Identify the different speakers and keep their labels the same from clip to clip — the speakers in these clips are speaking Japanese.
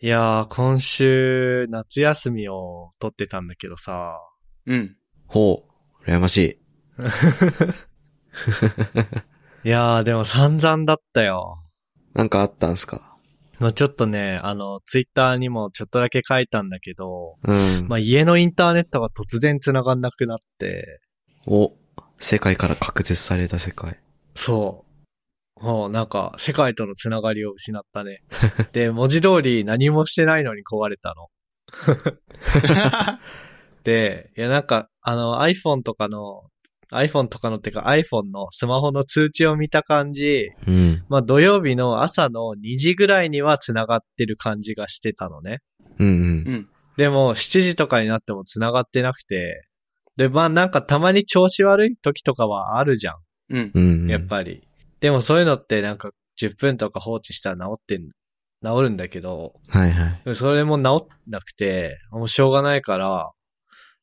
Speaker 1: いやー、今週、夏休みを取ってたんだけどさ、
Speaker 2: うん。
Speaker 3: ほう。羨ましい。
Speaker 1: いやー、でも散々だったよ。
Speaker 3: なんかあったんすか
Speaker 1: もうちょっとね、あの、ツイッターにもちょっとだけ書いたんだけど、
Speaker 3: うん。
Speaker 1: まあ、家のインターネットが突然繋がんなくなって、
Speaker 3: お、世界から隔絶された世界。
Speaker 1: そう。もうなんか、世界とのつながりを失ったね。で、文字通り何もしてないのに壊れたの。で、いやなんか、あの iPhone とかの、iPhone とかのってか iPhone のスマホの通知を見た感じ、
Speaker 3: うん。
Speaker 1: まあ土曜日の朝の2時ぐらいには繋がってる感じがしてたのね。
Speaker 3: うんう。
Speaker 2: うんん。
Speaker 1: でも7時とかになっても繋がってなくて、で、まあなんかたまに調子悪い時とかはあるじゃん。
Speaker 2: うん。
Speaker 3: うん、うん。
Speaker 1: やっ。ぱり。でもそういうのってなんか10分とか放置したら治ってん、治るんだけど、
Speaker 3: はいはい。
Speaker 1: でもそれも治んなくて、もうしょうがないから、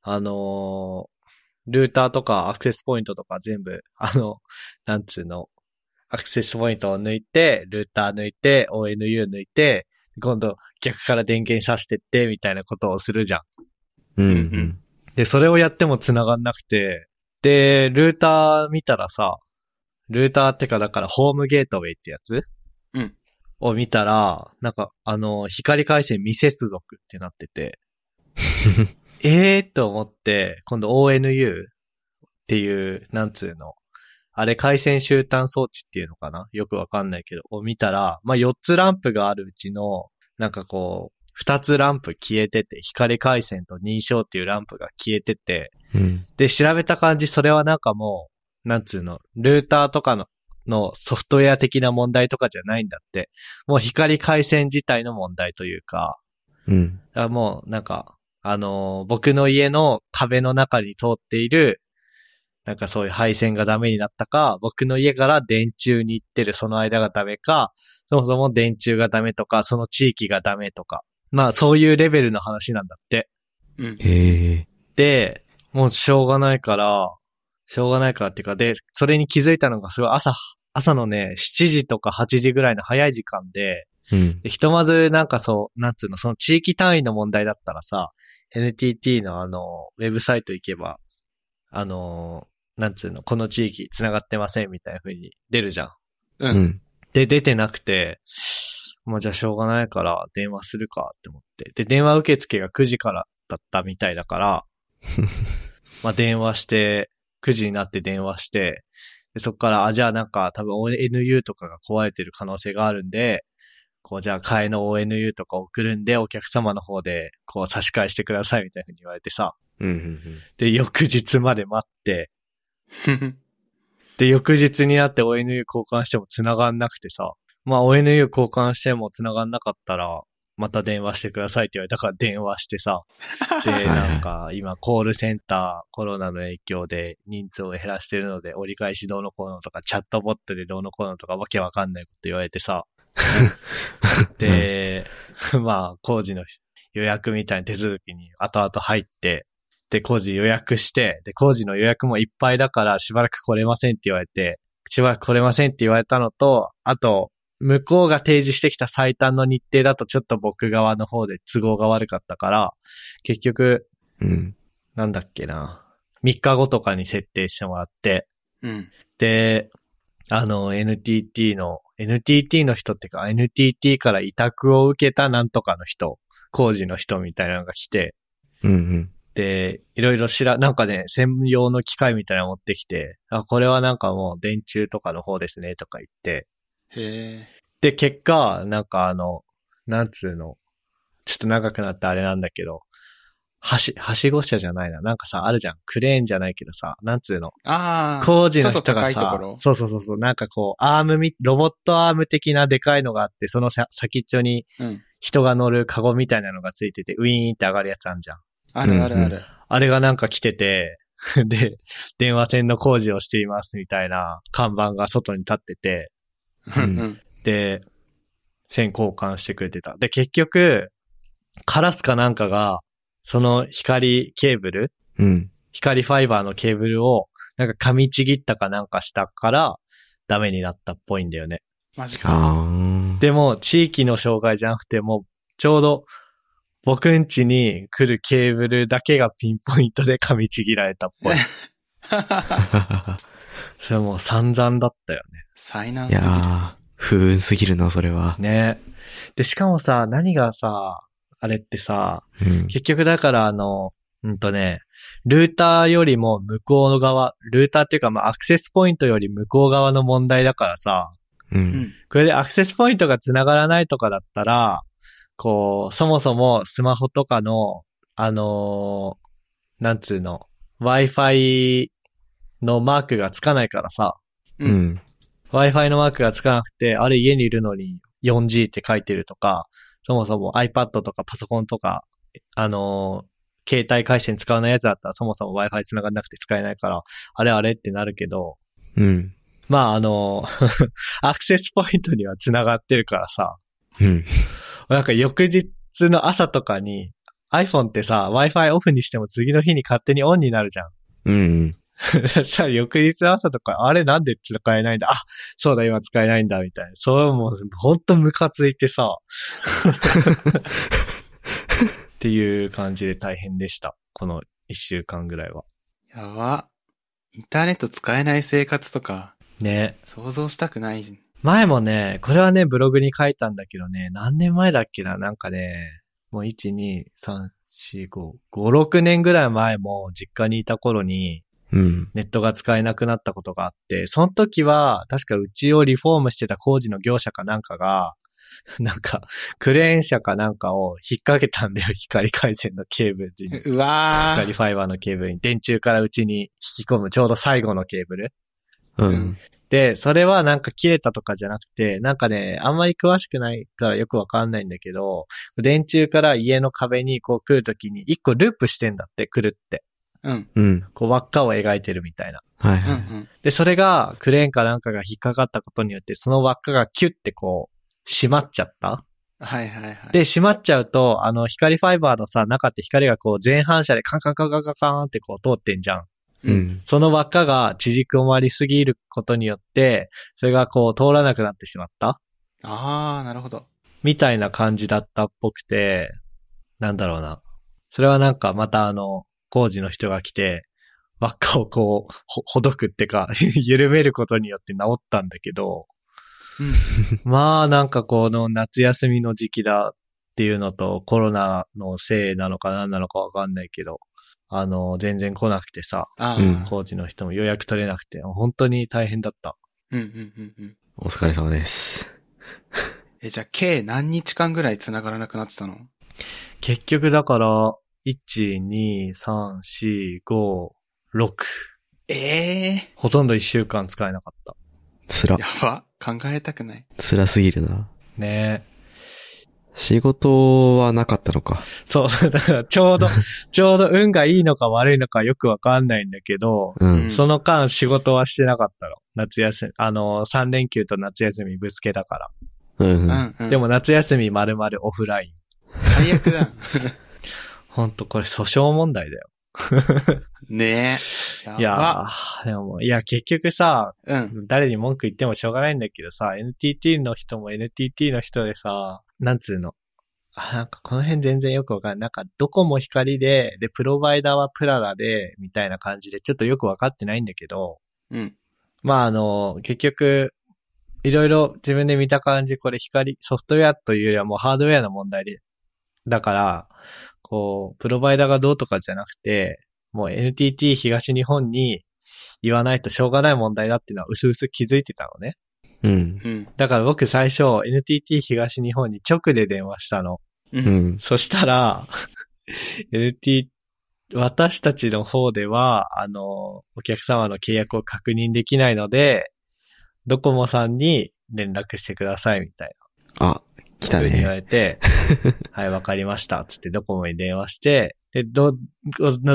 Speaker 1: あのールーターとかアクセスポイントとか全部、あの、なんつうの、アクセスポイントを抜いて、ルーター抜いて、ONU 抜いて、今度逆から電源さしてって、みたいなことをするじゃん。
Speaker 3: うん、う
Speaker 2: うんうん
Speaker 3: ん。
Speaker 1: で、それをやっても繋がんなくて、で、ルーター見たらさ、ルーターってかだからホームゲートウェイってやつ
Speaker 2: うん
Speaker 1: を見たら、なんか、あの、光回線未接続ってなってて、ええーと思って、今度 ONU っていう、なんつうの、あれ回線終端装置っていうのかなよくわかんないけど、を見たら、まあ、4つランプがあるうちの、なんかこう、2つランプ消えてて、光回線と認証っていうランプが消えてて、
Speaker 3: うん。
Speaker 1: で、調べた感じ、それはなんかもう、なんつうの、ルーターとかの、のソフトウェア的な問題とかじゃないんだって。もう光回線自体の問題というか、
Speaker 3: うん。
Speaker 1: あもうなんか、あのー僕の家の壁の中に通っている、なんかそういう配線がダメになったか、僕の家から電柱に行ってるその間がダメか、そもそも電柱がダメとか、その地域がダメとか。まあそういうレベルの話なんだって。
Speaker 2: う
Speaker 3: へ
Speaker 2: ん。
Speaker 3: え。
Speaker 1: で、もうしょうがないから、しょうがないからっていうか、で、それに気づいたのがすごい朝、朝のね、7時とか8時ぐらいの早い時間で、
Speaker 3: うん。
Speaker 1: でひとまずなんかそう、なんつうの、その地域単位の問題だったらさ、NTT のあの、ウェブサイト行けば、あの、なんつうの、この地域繋がってませんみたいな風に出るじゃん。
Speaker 2: う。
Speaker 3: うんん。
Speaker 1: で、出てなくて、まあじゃあしょうがないから電話するかって思って。で、電話受付が9時からだったみたいだから、まあ電話して、9時になって電話して、でそっから、あ、じゃあなんか多分 ONU とかが壊れてる可能性があるんで、こうじゃあ替えの ONU とか送るんで、お客様の方でこう差し替えしてくださいみたいな風に言われてさ、
Speaker 3: うん。うん
Speaker 1: で、翌日まで待 って、で、翌日になって ONU 交換しても繋がんなくてさ、まあ ONU 交換しても繋がんなかったら、また電話してくださいって言われたから電話して さ、で、
Speaker 3: いはい
Speaker 1: なんか今コールセンターコロナの影響で人数を減らしてるので折り返しどうのこうのとかチャットボットでどうのこうのとかわけわかんないこと言われてさ、で、 まあ工事の予約みたいな手続きに後々入って、で、工事予約して、で、工事の予約もいっぱいだから、しばらく来れませんって言われて、しばらく来れませんって言われたのと、あと、向こうが提示してきた最短の日程だとちょっと僕側の方で都合が悪かったから、結局、
Speaker 3: うん。
Speaker 1: なんだっけな、3日後とかに設定してもらって、
Speaker 2: うん。
Speaker 1: で、あの、NTT の、NTT の人ってか、NTT から委託を受けたなんとかの人、工事の人みたいなのが来て、
Speaker 3: うん。うん。
Speaker 1: で、いろいろ知ら、なんかね、専用の機械みたいなの持ってきて、あ、これはなんかもう電柱とかの方ですね、とか言って。
Speaker 2: へ
Speaker 1: で、結果、なんかあの、なんつうの、ちょっと長くなってあれなんだけど、はし、はしご車じゃないな。なんかさ、あるじゃん。クレーンじゃないけどさ、なんつうの。
Speaker 2: ーああ。
Speaker 1: 工事の人が
Speaker 2: ちょっと高いとこ
Speaker 1: さ
Speaker 2: ろ、
Speaker 1: そうそうそうそう、なんかこう、アームみ、ロボットアーム的なでかいのがあって、そのさ先っちょに
Speaker 2: うん。
Speaker 1: 人が乗るカゴみたいなのがついてて、ウィーンって上がるやつあんじゃん。
Speaker 2: あるあるある。
Speaker 1: あれがなんか来てて、 で、電話線の工事をしていますみたいな看板が外に立ってて、
Speaker 2: う
Speaker 3: うんん
Speaker 2: うん。
Speaker 1: で、線交換してくれてた。で、結局、カラスかなんかが、その光ケーブル、
Speaker 3: うん。
Speaker 1: 光ファイバーのケーブルを、なんか噛みちぎったかなんかしたから、ダメになったっぽいんだよね。
Speaker 2: マジか。
Speaker 3: あー。
Speaker 1: でも、地域の障害じゃなくて、もうちょうど、僕ん家に来るケーブルだけがピンポイントで噛みちぎられたっぽい。それもう散々だったよね。
Speaker 2: 災難
Speaker 3: い
Speaker 2: すぎ
Speaker 3: や
Speaker 2: る。
Speaker 3: ー、不運すぎるな、それは。
Speaker 1: ねで、しかもさ、何がさ、あれってさ、
Speaker 3: うん。
Speaker 1: 結局だからあの、うんとね、ルーターよりも向こうの側、ルーターっていうかまあアクセスポイントより向こう側の問題だからさ、
Speaker 3: う。
Speaker 2: うんん。
Speaker 1: これでアクセスポイントが繋がらないとかだったら、こう、そもそもスマホとかの、あのーなんつうの、Wi-Fi のマークがつかないからさ、
Speaker 3: う
Speaker 2: うん
Speaker 3: ん。
Speaker 1: Wi-Fi のマークがつかなくて、あれ家にいるのに 4G って書いてるとか、そもそも iPad とかパソコンとか、あのー携帯回線使わないやつだったらそもそも Wi-Fi 繋がんなくて使えないから、あれあれってなるけど、
Speaker 3: うん。
Speaker 1: まああのー アクセスポイントには繋がってるからさ、
Speaker 3: うん。
Speaker 1: なんか翌日の朝とかに iPhone ってさ、Wi-Fi オフにしても次の日に勝手にオンになるじゃん。
Speaker 3: うん。
Speaker 1: さ、翌日の朝とか、あれなんで使えないんだあ、そうだ、今使えないんだ、みたいな。そう、もう、ほんとムカついてさ。っていう感じで大変でした。この一週間ぐらいは。
Speaker 2: やば。インターネット使えない生活とか、
Speaker 1: ね。
Speaker 2: 想像したくない。
Speaker 1: 前もね、これはね、ブログに書いたんだけどね、何年前だっけななんかね、もう1、2、3、4、5、5、6年ぐらい前も実家にいた頃に、
Speaker 3: うん。
Speaker 1: ネットが使えなくなったことがあって、その時は、確かうちをリフォームしてた工事の業者かなんかが、 なんか、クレーン車かなんかを引っ掛けたんだよ、光回線のケーブルに。
Speaker 2: うわ
Speaker 1: 光
Speaker 2: ー。
Speaker 1: ファイバーのケーブルに、電柱からうちに引き込む、ちょうど最後のケーブル。
Speaker 3: うん。
Speaker 1: で、それはなんか切れたとかじゃなくて、なんかね、あんまり詳しくないからよくわかんないんだけど、電柱から家の壁にこう来るときに、一個ループしてんだって、来るって。
Speaker 2: うん。
Speaker 3: うん。
Speaker 1: こう輪っかを描いてるみたいな。
Speaker 3: はいうはい。
Speaker 2: ん。
Speaker 1: で、それがクレーンかなんかが引っかかったことによって、その輪っかがキュッてこう、閉まっちゃった。
Speaker 2: はいはいはい。
Speaker 1: で、閉まっちゃうと、あの、光ファイバーのさ、中って光がこう、前反射でカンカンカンカンカンカンってこう、通ってんじゃん。
Speaker 3: う。
Speaker 2: うん
Speaker 1: その輪っかが縮こまりすぎることによって、それがこう、通らなくなってしまった
Speaker 2: あー、なるほど。
Speaker 1: みたいな感じだったっぽくて、なんだろうな。それはなんか、またあの、工事の人が来て、輪っかをこう、ほ、ほどくってか、 緩めることによって治ったんだけ ど、
Speaker 2: うん。
Speaker 1: まあなんかこの夏休みの時期だっていうのとコロナのせいなのか何なのかわかんないけど、あの、全然来なくてさ、
Speaker 2: あ
Speaker 3: うん
Speaker 2: ー。
Speaker 1: 工事の人も予約取れなくて、本当に大変だった。
Speaker 2: うんうんうんうん。
Speaker 3: お疲れ様です。
Speaker 2: え、じゃあ、計何日間ぐらい繋がらなくなってたの
Speaker 1: 結局だから、1、2、3、4、5、6。
Speaker 2: ええ
Speaker 1: ほとんど1週間使えなかった。
Speaker 3: つら
Speaker 2: ー。や、ば。考えたくない。
Speaker 3: つらすぎるな。
Speaker 1: ね
Speaker 3: 仕事はなかったのか。
Speaker 1: え。そう、 だからちょ うど、ちょうど運がいいのか悪いのかよくわかんないんだけど、
Speaker 3: う
Speaker 2: うん
Speaker 3: ん。
Speaker 1: その間仕事はしてなかったの。夏休み、あの、3連休と夏休みぶつけだか
Speaker 3: う。
Speaker 2: うんんうん。
Speaker 1: ら。でも夏休みまるまるオフライン。
Speaker 2: 最悪だ。
Speaker 1: ほんとこれ訴訟問題だよ。
Speaker 2: ねえ。
Speaker 1: いやー、でももういや結局さ、
Speaker 2: ば。うん。
Speaker 1: 誰に文句言ってもしょうがないんだけどさ、NTT の人も NTT の人でさ、なんつうの。あなんかこの辺全然よくわかんない。なんかどこも光で、で、プロバイダーはプララで、みたいな感じでちょっとよくわかってないんだけど、
Speaker 2: うん。
Speaker 1: まああの、結局、いろいろ自分で見た感じ、これ光、ソフトウェアというよりはもうハードウェアの問題で、だから、こう、プロバイダーがどうとかじゃなくて、もう NTT 東日本に言わないとしょうがない問題だっていうのは薄々気づいてたのね。
Speaker 3: うん。
Speaker 2: うん。
Speaker 1: だから僕最初 NTT 東日本に直で電話したの。
Speaker 2: う。
Speaker 3: うんん。
Speaker 1: そしたら、LT、私たちの方では、あの、お客様の契約を確認できないので、ドコモさんに連絡してくださいみたい
Speaker 3: あ、来
Speaker 1: な
Speaker 3: た
Speaker 1: 風に言わ
Speaker 3: ね。
Speaker 1: れ て、はい、わかりました。つってドコモに電話して、で、ど、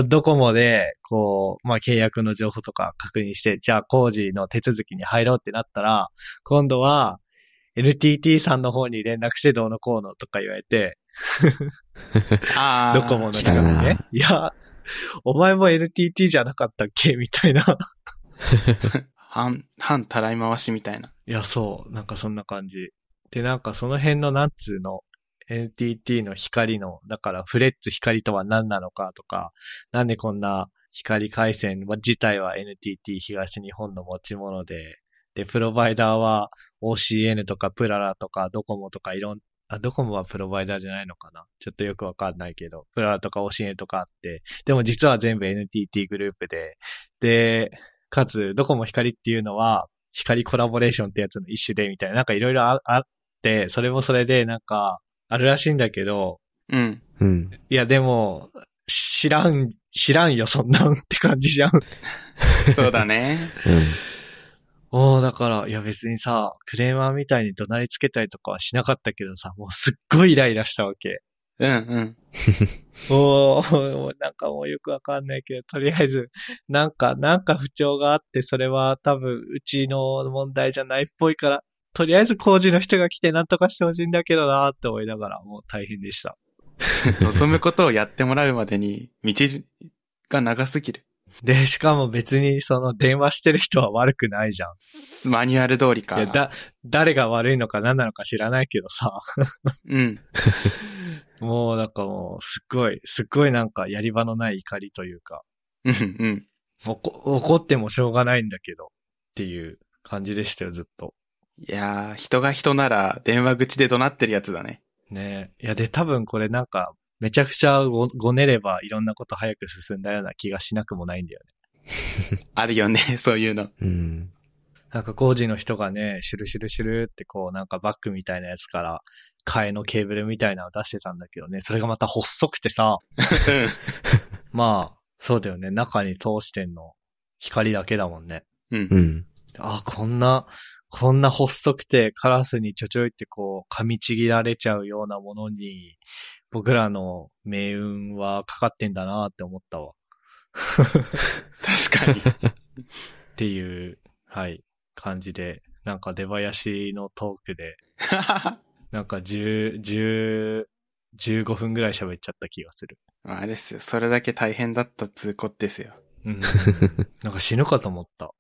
Speaker 1: ドコモで、こう、まあ、契約の情報とか確認して、じゃあ工事の手続きに入ろうってなったら、今度は、NTT さんの方に連絡してどうのこうのとか言われて、
Speaker 2: ああ。
Speaker 1: ドコモの人に
Speaker 3: 来
Speaker 1: ね
Speaker 3: たな。
Speaker 1: いや、お前も NTT じゃなかったっけみたいな。
Speaker 2: 半、半たらい回しみたいな。
Speaker 1: いや、そう。なんかそんな感じ。で、なんかその辺のなんつうの、 NTT の光の、だからフレッツ光とは何なのかとか、なんでこんな光回線まあ自体は NTT 東日本の持ち物で、で、プロバイダーは OCN とかプララとかドコモとかいろん、あ、ドコモはプロバイダーじゃないのかなちょっとよくわかんないけど、プララとか OCN とかあって、でも実は全部 NTT グループで、で、かつ、ドコモ光っていうのは、光コラボレーションってやつの一種で、みたいな、なんかいろいろああって、それもそれで、なんか、あるらしいんだけど、
Speaker 2: うん。
Speaker 3: うん。
Speaker 1: いや、でも、知らん、知らんよ、そんなんって感じじゃん。
Speaker 2: そうだね。
Speaker 1: おー、だから、いや別にさ、クレーマーみたいに怒鳴りつけたりとかはしなかったけどさ、もうすっごいイライラしたわけ。
Speaker 2: うんうん。
Speaker 1: おー、もうなんかもうよくわかんないけど、とりあえず、なんか、なんか不調があって、それは多分、うちの問題じゃないっぽいから、とりあえず工事の人が来てなんとかしてほしいんだけどなーって思いながら、もう大変でした。
Speaker 2: 望むことをやってもらうまでに、道が長すぎる。
Speaker 1: で、しかも別にその電話してる人は悪くないじゃん。
Speaker 2: マニュアル通りか。
Speaker 1: いや、だ、誰が悪いのか何なのか知らないけどさ。
Speaker 2: うん。
Speaker 1: もうなんかもう、すっごい、すっごいなんかやり場のない怒りというか、
Speaker 2: うんうん。
Speaker 1: おこ怒ってもしょうがないんだけど、っていう感じでしたよ、ずっと。
Speaker 2: いやー、人が人なら電話口で怒鳴ってるやつだね。
Speaker 1: ねえ。いや、で、多分これなんか、めちゃくちゃご、ごねればいろんなこと早く進んだような気がしなくもないんだよね。
Speaker 2: あるよね、 そういうの。
Speaker 3: うん。うん。
Speaker 1: なんか工事の人がね、シュルシュルシュルってこう、なんかバッグみたいなやつから、替えのケーブルみたいなのを出してたんだけどね、それがまた細くてさ、まあ、そうだよね、中に通してんの、光だけだもんね。
Speaker 2: うん。う。
Speaker 3: うん ん。
Speaker 1: あ、こんな、こんな細くてカラスにちょちょいってこう噛みちぎられちゃうようなものに、僕らの命運はかかってんだなって思ったわ。
Speaker 2: 確かに。
Speaker 1: っていう、はい、感じで、なんか出囃子のトークで、なんか10、10、15分ぐらい喋っちゃった気がする。
Speaker 2: まあ、あれですよ。それだけ大変だった通行ですよ。
Speaker 1: うん。なんか死ぬかと思った。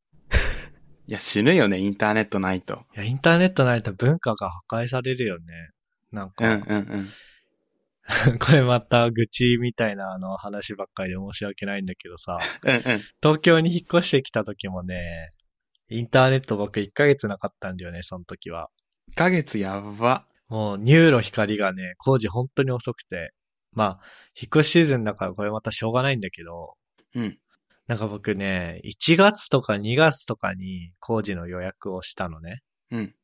Speaker 2: いや、死ぬよね、インターネットないと。
Speaker 1: いや、インターネットないと文化が破壊されるよね。なん
Speaker 2: うんう
Speaker 1: か
Speaker 2: ん、う ん。
Speaker 1: これまた愚痴みたいなあの話ばっかりで申し訳ないんだけどさ、
Speaker 2: うんうん。
Speaker 1: 東京に引っ越してきた時もね、インターネット僕1ヶ月なかったんだよね、その時は。
Speaker 2: 1ヶ月やば。
Speaker 1: もうニューロ光がね、工事本当に遅くて。まあ、引っ越しシーズンだからこれまたしょうがないんだけど、
Speaker 2: うん。
Speaker 1: なんか僕ね、1月とか2月とかに工事の予約をしたのね。
Speaker 2: うん。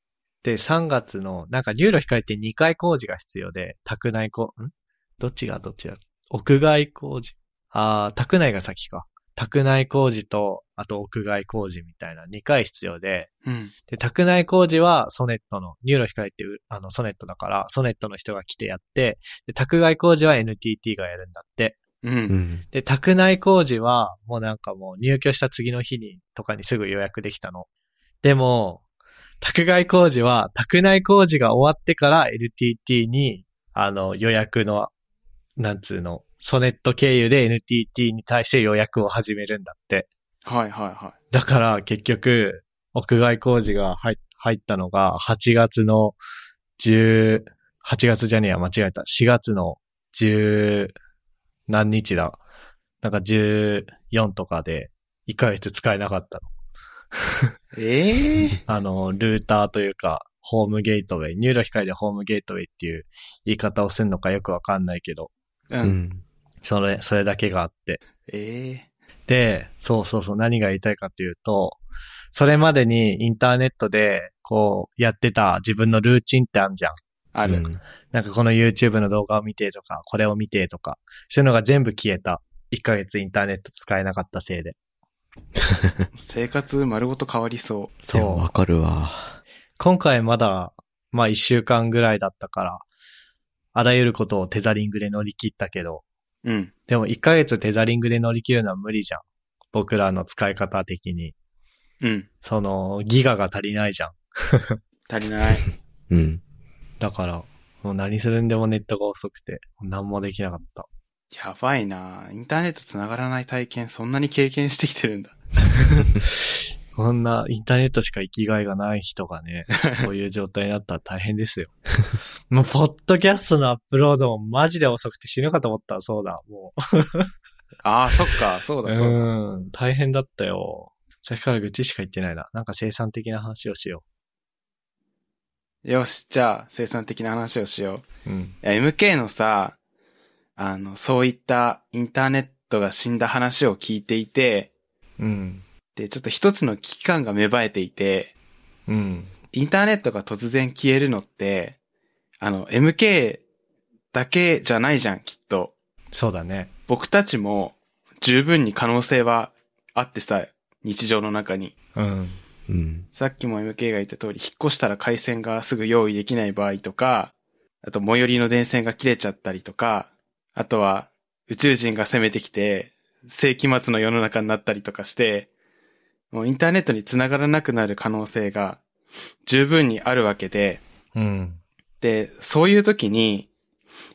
Speaker 1: で、3月の、なんかニューロ光って2回工事が必要で、宅内工、んどっちがどっちだ屋外工事。あー、宅内が先か。宅内工事と、あと屋外工事みたいな2回必要で、
Speaker 2: うん。
Speaker 1: で、宅内工事はソネットの、ニューロ光ってうあのソネットだから、ソネットの人が来てやって、で、宅外工事は NTT がやるんだって。
Speaker 2: う。
Speaker 3: うんん。
Speaker 1: で、宅内工事は、もうなんかもう入居した次の日に、とかにすぐ予約できたの。でも、宅外工事は、宅内工事が終わってから NTT に、あの、予約の、なんつうの、ソネット経由で NTT に対して予約を始めるんだって。
Speaker 2: はいはいは
Speaker 1: だから結局、屋外工事が入入ったのが8月の10、8月じゃねえや、間違えた。4月の10、何日だなんか14とかで1ヶ月使えなかったの。
Speaker 2: い。ええ
Speaker 1: あの、ルーターというか、ホームゲートウェイ、ニューロ光でホームゲートウェイっていう言い方をするのかよくわかんないけど、
Speaker 2: う。
Speaker 3: うんん。
Speaker 1: それ、それだけがあって。
Speaker 2: ええ
Speaker 1: で、そうそうそう、何が言いたいかというと、それまでにインターネットで、こう、やってた自分のルーチンってあるじゃん。
Speaker 2: ある。
Speaker 1: なんかこの YouTube の動画を見てとか、これを見てとか、そういうのが全部消えた。1ヶ月インターネット使えなかったせいで。
Speaker 2: 生活丸ごと変わりそ
Speaker 3: そう。
Speaker 1: そう
Speaker 3: わ。かるわ。
Speaker 1: 今回まだ、まあ1週間ぐらいだったから、あらゆることをテザリングで乗り切ったけど、
Speaker 2: う。うん。
Speaker 1: でも1ヶ月テザリングで乗り切るのは無理じゃん。僕らの使い方的に。
Speaker 2: うん。
Speaker 1: その、ギガが足りないじゃん。
Speaker 2: 足りない。
Speaker 3: うん。
Speaker 1: だから、もう何するんでもネットが遅くて、何もできなかった。
Speaker 2: やばいなインターネット繋がらない体験そんなに経験してきてるんだ。
Speaker 1: こんなインターネットしか生きがいがない人が ね、そういう状態になったら大変ですよ。 もう、ポッドキャストのアップロードもマジで遅くて死ぬかと思ったらそうだ、もう。
Speaker 2: ああ、そっか、そうだ、そうだ。
Speaker 1: うん、大変だったよ。さっきから愚痴しか言ってないな。なんか生産的な話をしよ
Speaker 2: よし、じゃあ、生産的な話をしよう。
Speaker 1: う。うん。
Speaker 2: いや MK のさ、あの、そういったインターネットが死んだ話を聞いていて、
Speaker 1: うん。
Speaker 2: で、ちょっと一つの危機感が芽生えていて、
Speaker 1: うん。
Speaker 2: インターネットが突然消えるのって、あの、MK だけじゃないじゃん、きっと。
Speaker 1: そうだね。
Speaker 2: 僕たちも十分に可能性はあってさ、日常の中に。
Speaker 1: うん。
Speaker 3: うん。
Speaker 2: さっきも MK が言った通り、引っ越したら回線がすぐ用意できない場合とか、あと最寄りの電線が切れちゃったりとか、あとは宇宙人が攻めてきて、世紀末の世の中になったりとかして、もうインターネットに繋がらなくなる可能性が十分にあるわけで、
Speaker 1: うん。
Speaker 2: で、そういう時に、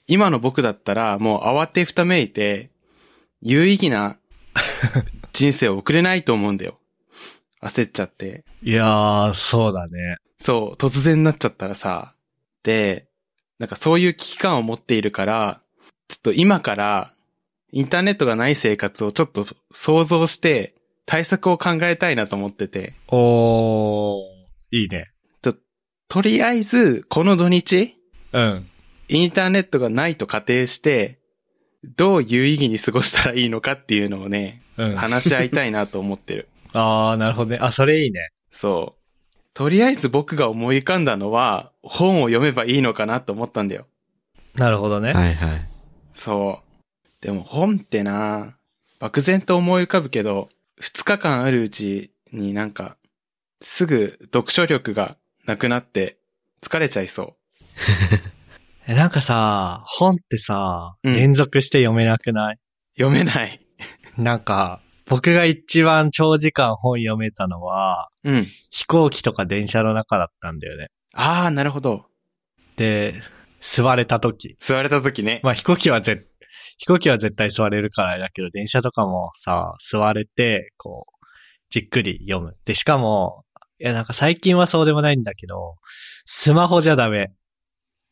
Speaker 2: 今の僕だったらもう慌てふためいて、有意義な人生を送れないと思うんだよ。焦っちゃって。
Speaker 1: いやー、そうだね。
Speaker 2: そう、突然なっちゃったらさ。で、なんかそういう危機感を持っているから、ちょっと今から、インターネットがない生活をちょっと想像して、対策を考えたいなと思ってて、
Speaker 1: おー、いいね。
Speaker 2: とりあえず、この土日、
Speaker 1: うん。
Speaker 2: インターネットがないと仮定して、どう有意義に過ごしたらいいのかっていうのをね、
Speaker 1: うん。あ
Speaker 2: 話し合いたいなと思ってる。
Speaker 1: ー、なるほどね。あ、それいいね。
Speaker 2: そう。とりあえず僕が思い浮かんだのは、本を読めばいいのかなと思ったんだよ。
Speaker 1: なるほどね。
Speaker 3: はいはい。
Speaker 2: そう。でも本ってな漠然と思い浮かぶけど、二日間あるうちになんか、すぐ読書力がなくなって疲れちゃいそ
Speaker 1: え、なんかさ、本ってさ、
Speaker 2: うん。
Speaker 1: 連続して読めなくないう
Speaker 2: 読めない。
Speaker 1: なんか、僕が一番長時間本読めたのは、
Speaker 2: うん。
Speaker 1: 飛行機とか電車の中だったんだよね。
Speaker 2: あー、なるほど。
Speaker 1: で、座れた時。
Speaker 2: 座れた時ね。
Speaker 1: まあ飛行機は絶、飛行機は絶対座れるからだけど、電車とかもさ、座れて、こう、じっくり読む。で、しかも、いやなんか最近はそうでもないんだけど、スマホじゃダメ。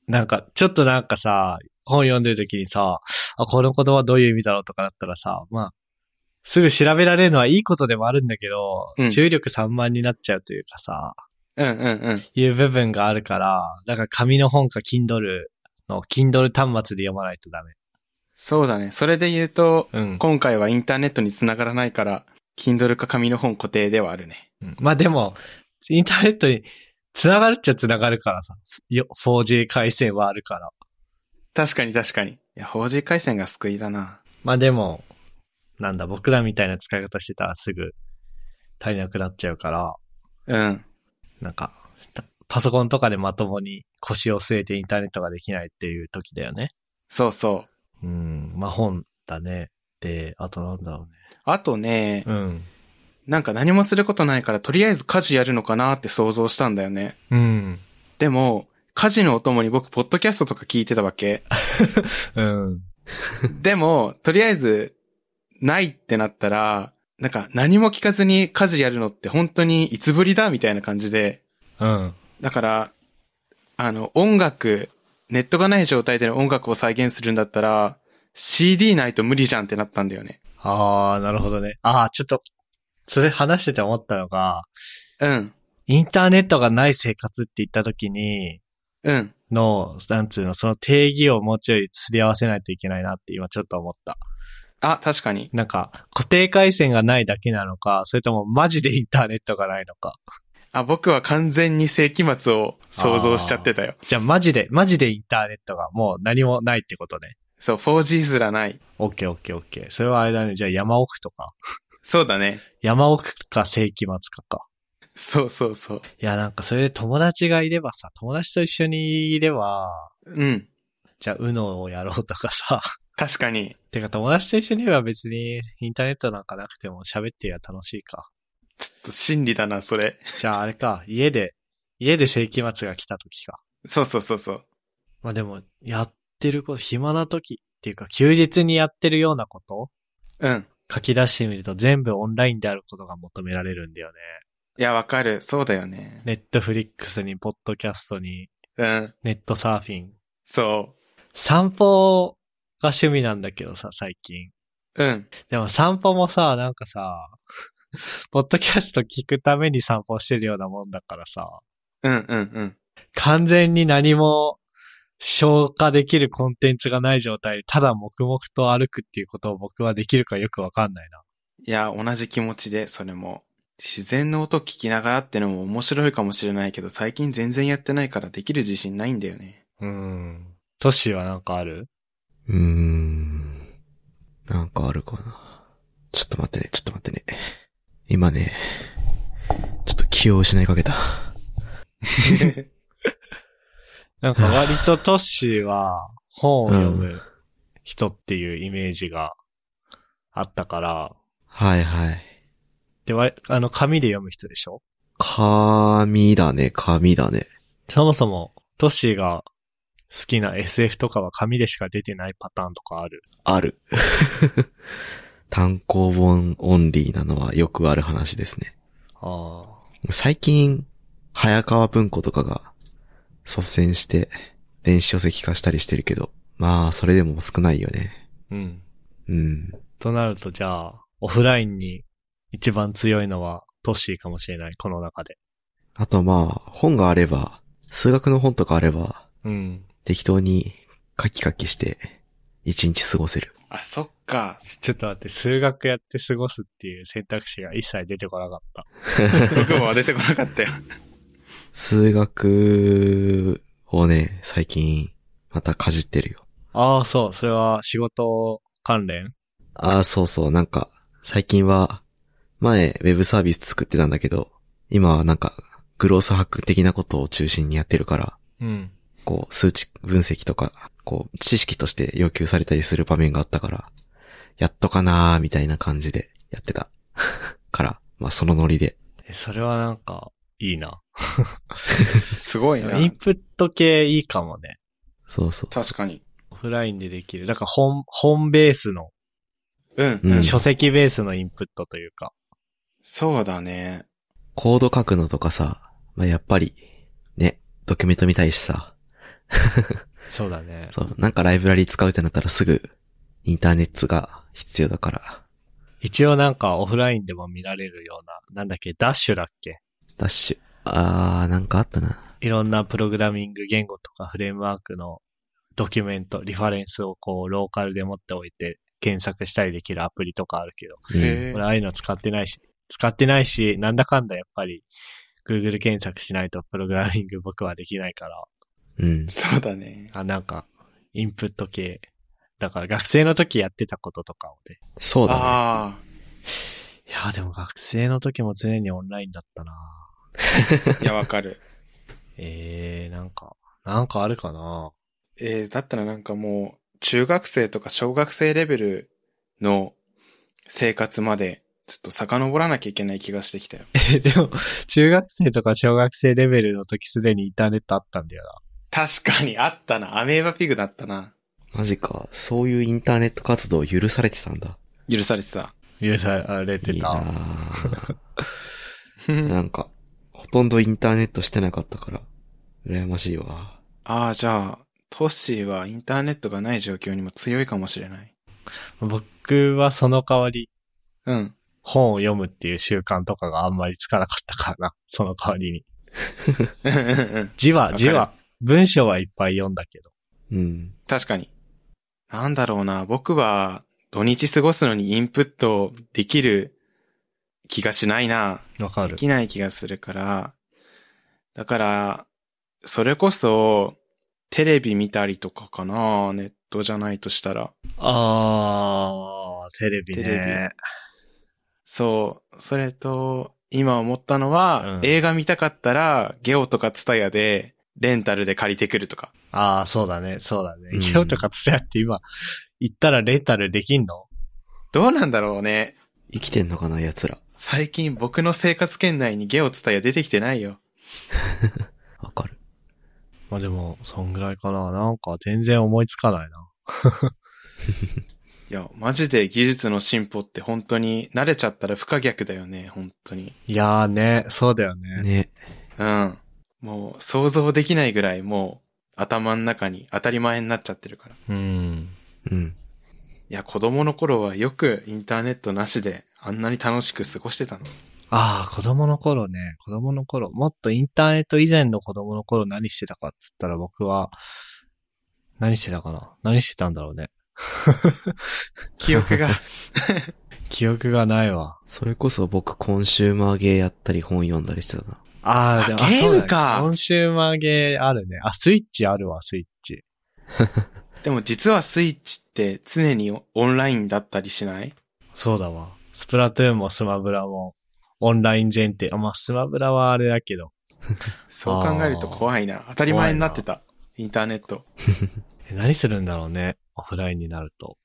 Speaker 1: なんか、ちょっとなんかさ、本読んでる時にさ、あ、この言葉どういう意味だろうとかだったらさ、まあ、すぐ調べられるのはいいことでもあるんだけど、
Speaker 2: うん
Speaker 1: 注力散漫になっちゃうというかさ、
Speaker 2: うんうんうん。
Speaker 1: いう部分があるから、だから紙の本か Kindle の Kindle 端末で読まないとダメ。
Speaker 2: そうだね。それで言うと、
Speaker 1: うん。
Speaker 2: 今回はインターネットに繋がらないから、Kindle か紙の本固定ではあるね。
Speaker 1: まあでも、インターネットに繋がるっちゃ繋がるからさ。よ 4G 回線はあるから。
Speaker 2: 確かに確かに。いや、法事回線が救いだな。
Speaker 1: まあでも、なんだ、僕らみたいな使い方してたらすぐ足りなくなっちゃうから、
Speaker 2: うん。
Speaker 1: なんか、たパソコンとかでまともに腰を据えてインターネットができないっていう時だよね。
Speaker 2: そうそう。
Speaker 1: うん。まあ本だね。で、あとなんだろうね。
Speaker 2: あとね、
Speaker 1: うん。
Speaker 2: なんか何もすることないからとりあえず家事やるのかなって想像したんだよね。
Speaker 1: うん。
Speaker 2: でも、家事のお供に僕、ポッドキャストとか聞いてたわけ。
Speaker 1: うん。
Speaker 2: でも、とりあえず、ないってなったら、なんか何も聞かずに家事やるのって本当にいつぶりだみたいな感じで。
Speaker 1: うん。
Speaker 2: だから、あの、音楽、ネットがない状態での音楽を再現するんだったら、CD ないと無理じゃんってなったんだよね。
Speaker 1: ああ、なるほどね。ああ、ちょっと、それ話してて思ったのが、
Speaker 2: うん、
Speaker 1: インターネットがない生活って言った時に、
Speaker 2: うん。
Speaker 1: の、なんつうの、その定義をもうちょいすり合わせないといけないなって今ちょっと思った。
Speaker 2: あ、確かに。
Speaker 1: なんか、固定回線がないだけなのか、それともマジでインターネットがないのか。
Speaker 2: あ、僕は完全に世紀末を想像しちゃってたよ。
Speaker 1: じゃあマジで、マジでインターネットがもう何もないってことね。
Speaker 2: そう、4G すらない。
Speaker 1: オッケーオッケーオッケー。それはあれだね。じゃあ山奥とか。
Speaker 2: そうだね。
Speaker 1: 山奥か世紀末かか。
Speaker 2: そうそうそう。
Speaker 1: いや、なんかそれで友達がいればさ、友達と一緒にいれば、
Speaker 2: うん。
Speaker 1: じゃあ、うのをやろうとかさ。
Speaker 2: 確かに。
Speaker 1: てか、友達と一緒には別にインターネットなんかなくても喋ってりゃ楽しいか。
Speaker 2: ちょっと真理だな、それ。
Speaker 1: じゃあ、あれか、 家で、家で世紀末が来た時か。
Speaker 2: そうそうそうそう。
Speaker 1: まあでも、やってること、暇な時っていうか、休日にやってるようなこと
Speaker 2: うん。
Speaker 1: 書き出してみると全部オンラインであることが求められるんだよね。
Speaker 2: いや、わかる。そうだよね。
Speaker 1: ネットフリックスに、ポッドキャストに、
Speaker 2: うん。
Speaker 1: ネットサーフィン。
Speaker 2: そ
Speaker 1: 散歩が趣味なんだけどさ、最近。
Speaker 2: う。うん。
Speaker 1: でも散歩もさ、なんかさ、ポッドキャスト聞くために散歩してるようなもんだからさ、
Speaker 2: うんうんうん。
Speaker 1: 完全に何も消化できるコンテンツがない状態で、ただ黙々と歩くっていうことを僕はできるかよくわかんないな。
Speaker 2: いや、同じ気持ちで、それも。自然の音聞きながらってのも面白いかもしれないけど、最近全然やってないからできる自信ないんだよね。
Speaker 1: うん。都市はなんかある
Speaker 3: うーん。なんかあるかな。ちょっと待ってね、ちょっと待ってね。今ね、ちょっと気を失いかけた。
Speaker 1: なんか割と都市は本を読む人っていうイメージがあったから、
Speaker 3: はいはい。
Speaker 1: で、わりあの、紙で読む人でしょ
Speaker 3: 紙だね、紙だね。
Speaker 1: そもそも、トッシーが好きな SF とかは紙でしか出てないパターンとかある。
Speaker 3: ある。 単行本オンリーなのはよくある話ですね。
Speaker 1: あ
Speaker 3: 最近、早川文庫とかが率先して電子書籍化したりしてるけど、まあ、それでも少ないよね。
Speaker 1: あ。うん。
Speaker 3: うん。
Speaker 1: となると、じゃあ、オフラインに一番強いのはトッシーかもしれない、この中で。
Speaker 3: あとまあ、本があれば、数学の本とかあれば、
Speaker 1: うん。
Speaker 3: 適当にカキカキして、一日過ごせる。
Speaker 2: あ、そっか。
Speaker 1: ちょっと待って、数学やって過ごすっていう選択肢が一切出てこなかった。
Speaker 2: 僕も出てこなかったよ。
Speaker 3: 数学をね、最近、またかじってるよ。
Speaker 1: ああ、そう、それは仕事関連
Speaker 3: ああ、そうそう、なんか、最近は、前、ウェブサービス作ってたんだけど、今はなんか、グロースハック的なことを中心にやってるから、
Speaker 1: うん。
Speaker 3: こう、数値分析とか、こう、知識として要求されたりする場面があったから、やっとかなーみたいな感じでやってた。 から、まあそのノリで。
Speaker 1: えそれはなんか、いいな。
Speaker 2: すごいな
Speaker 1: イ。ンプット系いいかもね。
Speaker 3: そうそうそう。
Speaker 2: 確かに。
Speaker 1: オフラインでできる。だから本、本ベースの、
Speaker 2: うん、
Speaker 3: う
Speaker 2: うんん。
Speaker 1: 書籍ベースのインプットというか。
Speaker 2: そうだね。
Speaker 3: コード書くのとかさ、まあやっぱり、ね、ドキュメント見たいしさ、
Speaker 1: そうだね。
Speaker 3: そう、なんかライブラリ使うってなったらすぐ、インターネットが必要だから、
Speaker 1: 一応なんかオフラインでも見られるような、なんだっけ、ダッシュだっけ
Speaker 3: ダッシュ。あー、なんかあったな。
Speaker 1: いろんなプログラミング言語とかフレームワークのドキュメント、リファレンスをこうローカルで持っておいて検索したりできるアプリとかあるけど、
Speaker 3: うん
Speaker 2: へえ
Speaker 1: 俺ああいうの使ってないし、使ってないし、なんだかんだやっぱり Google 検索しないとプログラミング僕はできないから、
Speaker 3: うん。
Speaker 2: そうだね。
Speaker 1: あ、なんかインプット系。だから学生の時やってたこととかをね。
Speaker 3: そうだね。
Speaker 2: あ
Speaker 1: いや、でも学生の時も常にオンラインだったな
Speaker 2: あ。いや、わかる。
Speaker 1: ええなんか、なんかあるかな
Speaker 2: えー、だったらなんかもう、中学生とか小学生レベルの生活まで、ちょっと遡らなきゃいけない気がしてきたよ。
Speaker 1: え でも、中学生とか小学生レベルの時すでにインターネットあったんだよ
Speaker 2: 確かにあったな。アメーバピグだったな。
Speaker 3: マジか。そういうインターネット活動を許されてたんだ。
Speaker 2: 許されてた。
Speaker 1: な。許されて
Speaker 3: いいな
Speaker 1: た。
Speaker 3: ー。
Speaker 2: あ
Speaker 3: なんか、ほとんどインターネットしてなかったから、羨ましいわ。
Speaker 2: あー、じゃあ、トッシーはインターネットがない状況にも強いかもしれない。
Speaker 1: 僕はその代わり、
Speaker 2: うん。
Speaker 1: 本を読むっていう習慣とかがあんまりつかなかったからな。その代わりに。
Speaker 2: うんうんうん
Speaker 1: 字
Speaker 2: か
Speaker 1: は、
Speaker 2: る
Speaker 1: 字は、文章はいっぱい読んだけど。
Speaker 3: うん。
Speaker 2: 確かに。なんだろうな。僕は、土日過ごすのにインプットできる気がしないな。
Speaker 1: わか
Speaker 2: で
Speaker 1: る。
Speaker 2: きない気がするから、だから、それこそ、テレビ見たりとかかな、ネットじゃないとしたら。
Speaker 1: あー、テレビね。
Speaker 2: テレそう。それと、今思ったのは、
Speaker 1: うん
Speaker 2: 映画見たかったら、ゲオとかツタヤで、レンタルで借りてくるとか。
Speaker 1: あー、そうだね、そうだね。
Speaker 3: うん
Speaker 1: 今日とかつやって今、行ったらレンタルできんの
Speaker 2: どうなんだろうね。
Speaker 3: 生きてんのかな、奴ら。
Speaker 2: 最近僕の生活圏内にゲオツタヤ出てきてないよ。
Speaker 3: わかる。
Speaker 1: まあでも、そんぐらいかな。なんか全然思いつかないな。
Speaker 2: いいや、マジで技術の進歩って本当に慣れちゃったら不可逆だよね、本当に。
Speaker 1: いやーね、そうだよね。
Speaker 3: ね。
Speaker 2: うん。もう想像できないぐらいもう頭の中に当たり前になっちゃってるから。い
Speaker 1: うん。
Speaker 3: うん。
Speaker 2: や、子供の頃はよくインターネットなしであんなに楽しく過ごしてたの。
Speaker 1: ああ、子供の頃ね、子供の頃、もっとインターネット以前の子供の頃何してたかっつったら僕は、何してたかな何してたんだろうね。
Speaker 2: 記 憶が。
Speaker 1: 記憶がないわ。
Speaker 3: それこそ僕コンシューマーゲーやったり本読んだりしてたな。
Speaker 1: あ
Speaker 2: あ
Speaker 1: あ、でも
Speaker 2: ゲーム
Speaker 1: そうだね
Speaker 2: か
Speaker 1: コンシューマーゲーあるね。あ、スイッチあるわ、スイッチ。
Speaker 2: でも実はスイッチって常にオンラインだったりしない
Speaker 1: そうだわ。スプラトゥーンもスマブラも、オンライン前提。あまあ、スマブラはあれだけど。
Speaker 2: そう考えると怖いな。当たり前になってた。インターネット。
Speaker 1: え何するんだろうね、オフラインになると。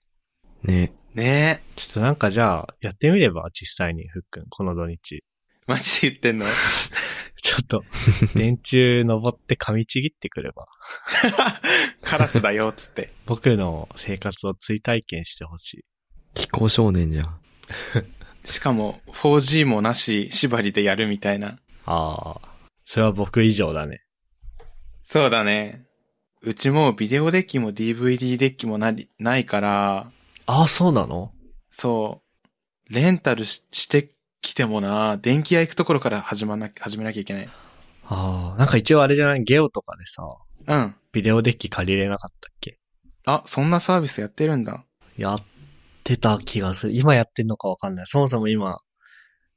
Speaker 3: ね。
Speaker 2: ねえ。
Speaker 1: ちょっとなんかじゃあ、やってみれば、実際に、ふっくん、この土日。
Speaker 2: マジで言ってんの
Speaker 1: ちょっと、電柱登って噛みちぎってくれば、
Speaker 2: カラスだよ、つって。
Speaker 1: 僕の生活を追体験してほしい。
Speaker 3: 気候少年じゃん。
Speaker 2: しかも 4G もなし縛りでやるみたいな。
Speaker 1: ああ、それは僕以上だね。
Speaker 2: そうだね。うちもうビデオデッキも DVD デッキもなり、ないから、
Speaker 1: ああ、そうなの
Speaker 2: そう、レンタルししてきてもな、電気屋行くところから始まんな、始めなきゃいけない。
Speaker 1: ああ、なんか一応あれじゃないゲオとかでさ、
Speaker 2: うん。
Speaker 1: ビデオデッキ借りれなかったっけ
Speaker 2: あ、そんなサービスやってるんだ。
Speaker 1: やってた気がする。今やってんのかわかんない。そもそも今、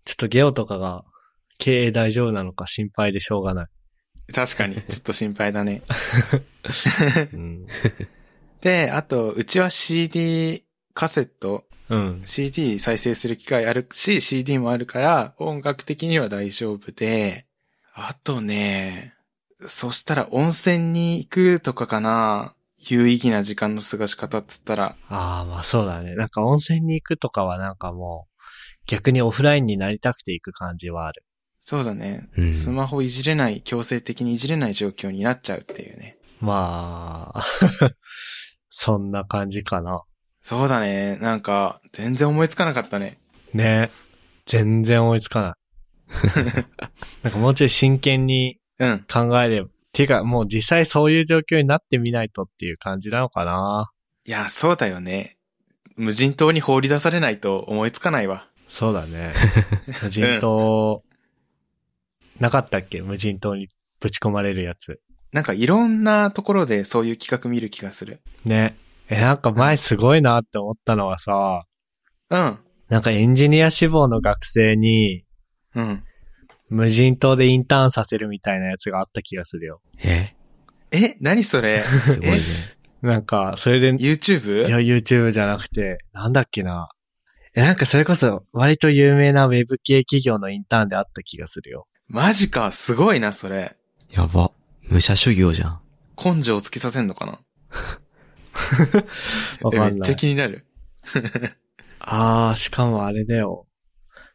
Speaker 1: ちょっとゲオとかが経営大丈夫なのか心配でしょうがない。
Speaker 2: 確かに、ちょっと心配だね。
Speaker 1: うん。
Speaker 2: で、あと、うちは CD カセット、
Speaker 1: うん。
Speaker 2: CD 再生する機会あるし、CD もあるから、音楽的には大丈夫で、あとね、そしたら温泉に行くとかかな、有意義な時間の過ごし方っつったら、
Speaker 1: ああ、まあそうだね。なんか温泉に行くとかはなんかもう、逆にオフラインになりたくて行く感じはある。
Speaker 2: そうだね、
Speaker 3: うん。
Speaker 2: スマホいじれない、強制的にいじれない状況になっちゃうっていうね。
Speaker 1: まあ、 そんな感じかな。
Speaker 2: そうだね、なんか、全然思いつかなかったね。
Speaker 1: ね。全然追いつかない。なんかもうちょい真剣に
Speaker 2: うん。
Speaker 1: 考えれば、っていうかもう実際そういう状況になってみないとっていう感じなのかな。
Speaker 2: いや、そうだよね。無人島に放り出されないと思いつかないわ。
Speaker 1: そうだね。無人島、なかったっけ無人島にぶち込まれるやつ。
Speaker 2: なんかいろんなところでそういう企画見る気がする。
Speaker 1: ね。え、なんか前すごいなって思ったのはさ、
Speaker 2: うん。
Speaker 1: なんかエンジニア志望の学生に
Speaker 2: うん。
Speaker 1: 無人島でインターンさせるみたいなやつがあった気がするよ。
Speaker 3: え
Speaker 2: え、何 それ
Speaker 3: すごいね。
Speaker 1: なんか、それで、い
Speaker 2: ?YouTube?
Speaker 1: や、YouTube じゃなくて、なんだっけな。え、なんかそれこそ割と有名なウェブ系企業のインターンであった気がするよ。
Speaker 2: マジか、すごいな、それ。
Speaker 3: やば。武者修行じゃん。
Speaker 2: 根性をつけさせんのかな
Speaker 1: わ
Speaker 2: え
Speaker 1: か
Speaker 2: め
Speaker 1: ん
Speaker 2: っ
Speaker 1: な
Speaker 2: ちゃ
Speaker 1: い。
Speaker 2: 気になる。
Speaker 1: ああ、しかもあれだよ。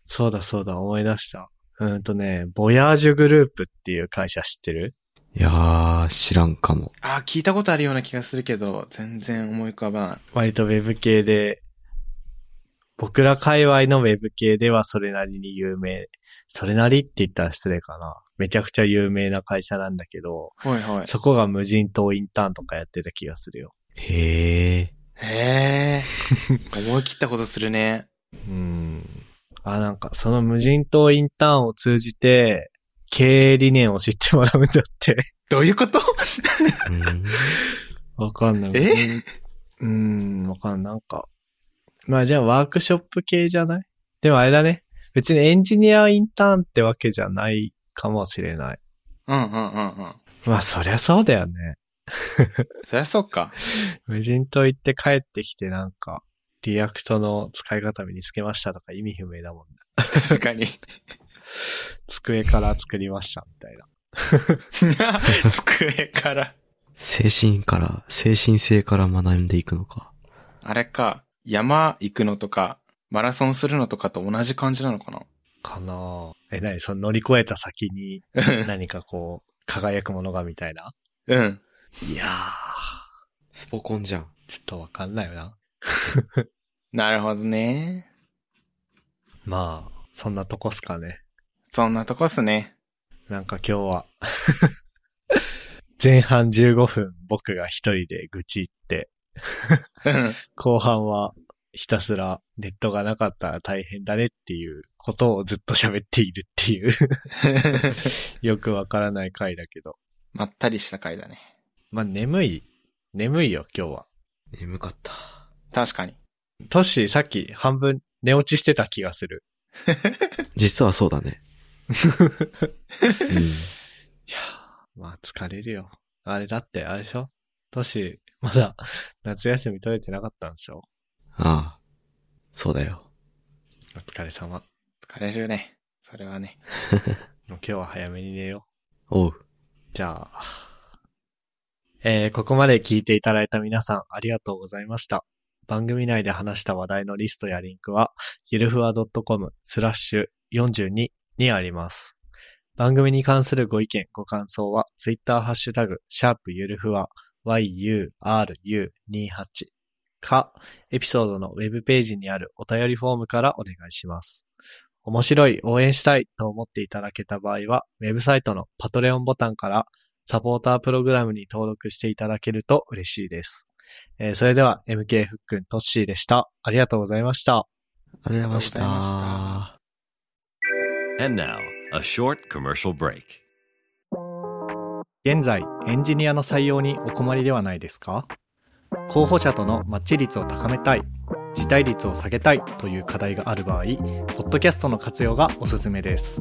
Speaker 1: そうだそうだ、思い出した。うーんとね、ボヤージュグループっていう会社知ってる
Speaker 3: いやー、知らんかも。
Speaker 2: あー、聞いたことあるような気がするけど、全然思い浮かばない。
Speaker 1: 割とウェブ系で、僕ら界隈のウェブ系ではそれなりに有名。それなりって言ったら失礼かな。めちゃくちゃ有名な会社なんだけど、
Speaker 2: はいはい。
Speaker 1: そこが無人島インターンとかやってた気がするよ。
Speaker 3: へえ。
Speaker 2: へえ。思い切ったことするね。
Speaker 1: うん。あ、なんか、その無人島インターンを通じて、経営理念を知ってもらうんだって。
Speaker 2: どういうこと
Speaker 3: うーん。
Speaker 1: わかんない。
Speaker 2: え
Speaker 1: うーん、わかんない。なんか。まあじゃあワークショップ系じゃないでもあれだね。別にエンジニアインターンってわけじゃないかもしれない。
Speaker 2: うんうんうんうん。
Speaker 1: まあそりゃそうだよね。
Speaker 2: そりゃそっか。
Speaker 1: 無人島行って帰ってきてなんか、リアクトの使い方見つけましたとか意味不明だもんね。
Speaker 2: 確か に。
Speaker 1: 机から作りましたみたいな。
Speaker 2: 机から。
Speaker 3: 精神から、精神性から学んでいくのか。
Speaker 2: あれか、山行くのとか、マラソンするのとかと同じ感じなのかな
Speaker 1: かなぁえ、なにその乗り越えた先に何かこう、 輝くものがみたいな。
Speaker 2: うん。
Speaker 1: いやー、
Speaker 3: スポコンじゃん。
Speaker 1: ちょっとわかんないよな。
Speaker 2: なるほどね。
Speaker 1: まあ、そんなとこっすかね。
Speaker 2: そんなとこっすね。
Speaker 1: なんか今日は、前半15分僕が一人で愚痴って、
Speaker 2: うん
Speaker 1: 後半はひたすらネットがなかったら大変だねっていうことをずっと喋っているっていうよくわからない回だけど。
Speaker 2: まったりした回だね。
Speaker 1: まあ眠い、眠いよ今日は。
Speaker 3: 眠かった。
Speaker 2: 確かに。
Speaker 1: トッシーさっき半分寝落ちしてた気がする。
Speaker 3: 実はそうだ ね。うん。
Speaker 1: いやーまあ疲れるよ。あれだって、あれでしょトッシー、まだ夏休み取れてなかったんでしょ
Speaker 3: ああ。そうだよ。
Speaker 1: お疲れ様。
Speaker 2: 疲れるね。それはね。
Speaker 1: もう今日は早めに寝よ
Speaker 3: おう。
Speaker 1: う。じゃあ。えー、ここまで聞いていただいた皆さんありがとうございました。番組内で話した話題のリストやリンクは、ゆるふわ .com スラッシュ42にあります。番組に関するご意見、ご感想は、ツイッターハッシュタグ、シャープゆるふわ、yuru28 か、エピソードのウェブページにあるお便りフォームからお願いします。面白い、応援したいと思っていただけた場合は、ウェブサイトのパトレオンボタンからサポータープログラムに登録していただけると嬉しいです。えーそれでは MK ふっくんトッシーでした。ありがとうございました。
Speaker 3: ありがとうございまし。
Speaker 2: ありがとうございました
Speaker 4: And now, a short commercial break.
Speaker 1: 現在エンジニアの採用にお困りではないですか候補者とのマッチ率を高めたい辞退率を下げたいという課題がある場合ポッドキャストの活用がおすすめです